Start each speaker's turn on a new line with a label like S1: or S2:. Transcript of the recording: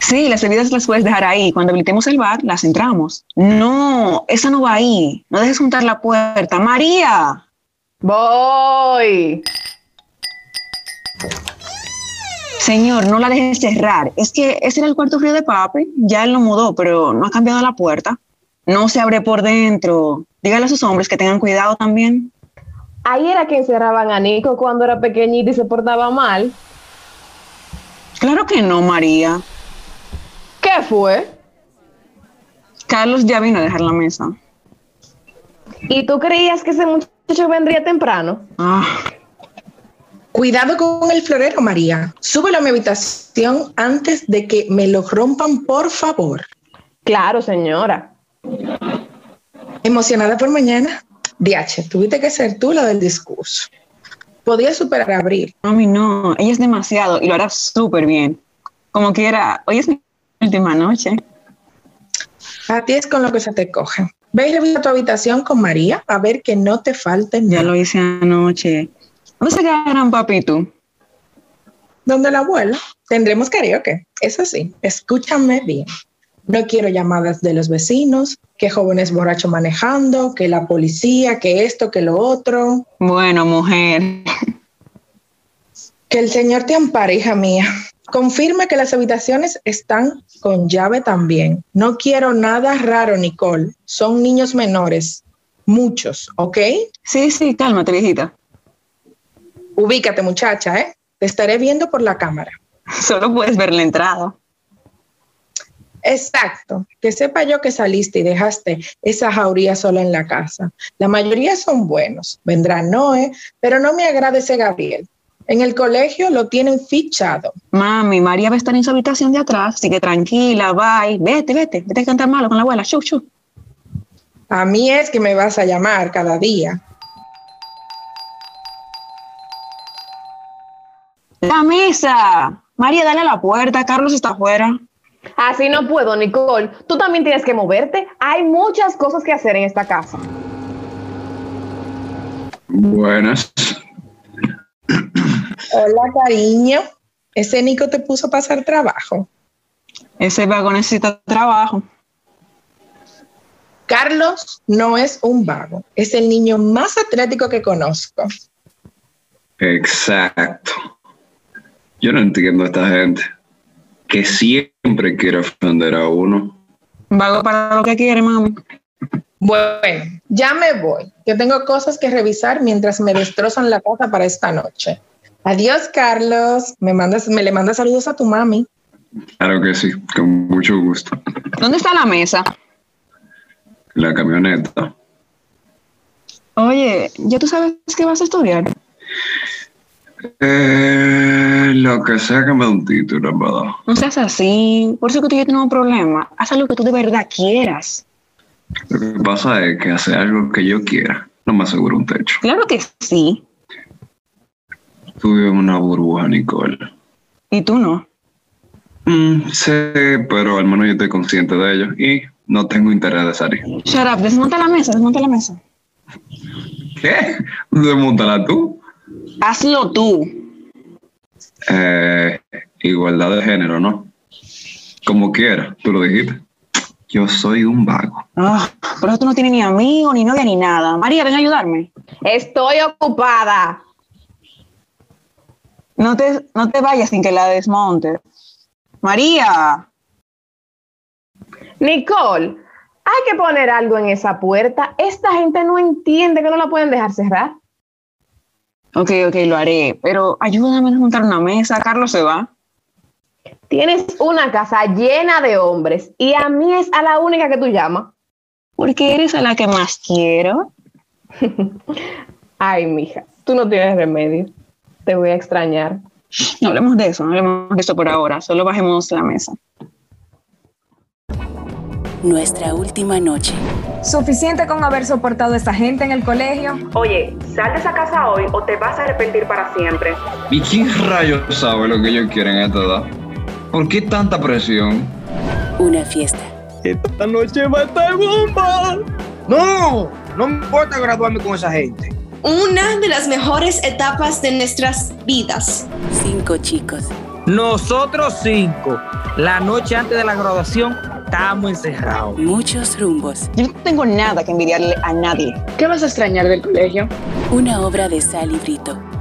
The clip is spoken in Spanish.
S1: Sí, las bebidas las puedes dejar ahí. Cuando habilitemos el bar, las entramos. No, esa no va ahí. No dejes juntar la puerta. María.
S2: Voy.
S1: Señor, no la dejes cerrar. Es que ese era el cuarto frío de papi. Ya él lo mudó, pero no ha cambiado la puerta. No se abre por dentro. Dígale a sus hombres que tengan cuidado también.
S2: Ahí era que encerraban a Nico cuando era pequeñito y se portaba mal.
S1: Claro que no, María.
S2: ¿Qué fue?
S1: Carlos ya vino a dejar la mesa.
S2: ¿Y tú creías que ese muchacho vendría temprano?
S1: Ah,
S3: Cuidado con el florero, María. Súbelo a mi habitación antes de que me lo rompan, por favor.
S2: Claro, señora.
S3: Emocionada por mañana. DH, tuviste que ser tú la del discurso. Podía superar a Abril.
S1: mami, no. Ella es demasiado y lo hará súper bien. Como quiera, hoy es mi última noche.
S3: A ti es con lo que se te coge. Ve y revisa tu habitación con María a ver que no te falte
S1: Ya
S3: nada.
S1: lo hice anoche. ¿Dónde se quedarán, papi, y tú?
S3: Donde la abuela tendremos karaoke. Eso sí, escúchame bien. No quiero llamadas de los vecinos, que jóvenes borrachos manejando, que la policía, que esto, que lo otro.
S1: Bueno, mujer.
S3: Que el Señor te ampare, hija mía. Confirme que las habitaciones están con llave también. No quiero nada raro, Nicole. Son niños menores. Muchos, ¿ok?
S1: Sí, sí, cálmate, viejita.
S3: Ubícate, muchacha, ¿eh? Te estaré viendo por la cámara.
S1: Solo puedes ver la entrada.
S3: Exacto, que sepa yo que saliste y dejaste esa jauría sola en la casa. La mayoría son buenos, vendrá Noé, pero no me agradece Gabriel. En el colegio lo tienen fichado.
S1: Mami, María va a estar en su habitación de atrás, así que tranquila, bye. Vete, vete, vete a cantar malo con la abuela. Chu, chu.
S3: A mí es que me vas a llamar cada día.
S1: ¡La mesa! María, dale a la puerta, Carlos está afuera.
S2: Así no puedo, Nicole. Tú también tienes que moverte. Hay muchas cosas que hacer en esta casa.
S4: Buenas.
S3: Hola, cariño. Ese Nico te puso a pasar trabajo.
S1: Ese vago necesita trabajo.
S3: Carlos no es un vago, es el niño más atlético que conozco.
S4: Exacto. Yo no entiendo a esta gente que siempre quiere ofender a uno.
S1: Vago para lo que quiere, mami.
S3: Bueno, ya me voy, que tengo cosas que revisar mientras me destrozan la casa para esta noche. Adiós, Carlos. Me, mandas, me le mandas saludos a tu mami.
S4: Claro que sí, con mucho gusto.
S1: ¿Dónde está la mesa?
S4: La camioneta.
S1: Oye, ¿ya tú sabes que vas a estudiar?
S4: Eh, lo que sea que me dé un título, en verdad.
S1: No seas así. Por eso que tú y yo tenemos un problema. Haz lo que tú de verdad quieras.
S4: Lo que pasa es que hacer algo que yo quiera no me asegura un techo.
S1: Claro que sí.
S4: Tú vives en una burbuja, Nicole.
S1: Y tú no.
S4: Mm, sí, pero al menos yo estoy consciente de ello y no tengo interés de salir.
S1: Shut up, desmonta la mesa, desmonta la mesa.
S4: ¿Qué? Desmontala tú.
S1: Hazlo tú.
S4: Eh, igualdad de género, ¿no? Como quiera, tú lo dijiste. Yo soy un vago.
S1: Ah, pero tú no tienes ni amigo, ni novia, ni nada. María, ven a ayudarme.
S2: Estoy ocupada.
S1: No te, no te vayas sin que la desmonte. María,
S2: Nicole, hay que poner algo en esa puerta. Esta gente no entiende que no la pueden dejar cerrar.
S1: Ok, ok, lo haré, pero ayúdame a juntar una mesa. Carlos se va.
S2: Tienes una casa llena de hombres y a mí es a la única que tú llamas.
S1: Porque eres a la que más quiero.
S2: Ay, mija, tú no tienes remedio. Te voy a extrañar.
S1: No hablemos de eso, no hablemos de eso por ahora. Solo bajemos la mesa.
S5: Nuestra última noche.
S6: Suficiente con haber soportado a esta gente en el colegio.
S7: Oye, sal de esa casa hoy o te vas a arrepentir para siempre.
S4: ¿Y quién rayos sabe lo que yo quiero en esta edad? ¿Por qué tanta presión?
S5: Una fiesta.
S8: Esta noche va a estar bomba.
S9: No, no me importa graduarme con esa gente.
S10: una de las mejores etapas de nuestras vidas.
S5: Cinco chicos.
S9: Nosotros cinco. La noche antes de la graduación, estábamos encerrados.
S5: Muchos rumbos.
S1: Yo no tengo nada que envidiarle a nadie.
S11: ¿Qué vas a extrañar del colegio?
S5: Una obra de Sal y Brito.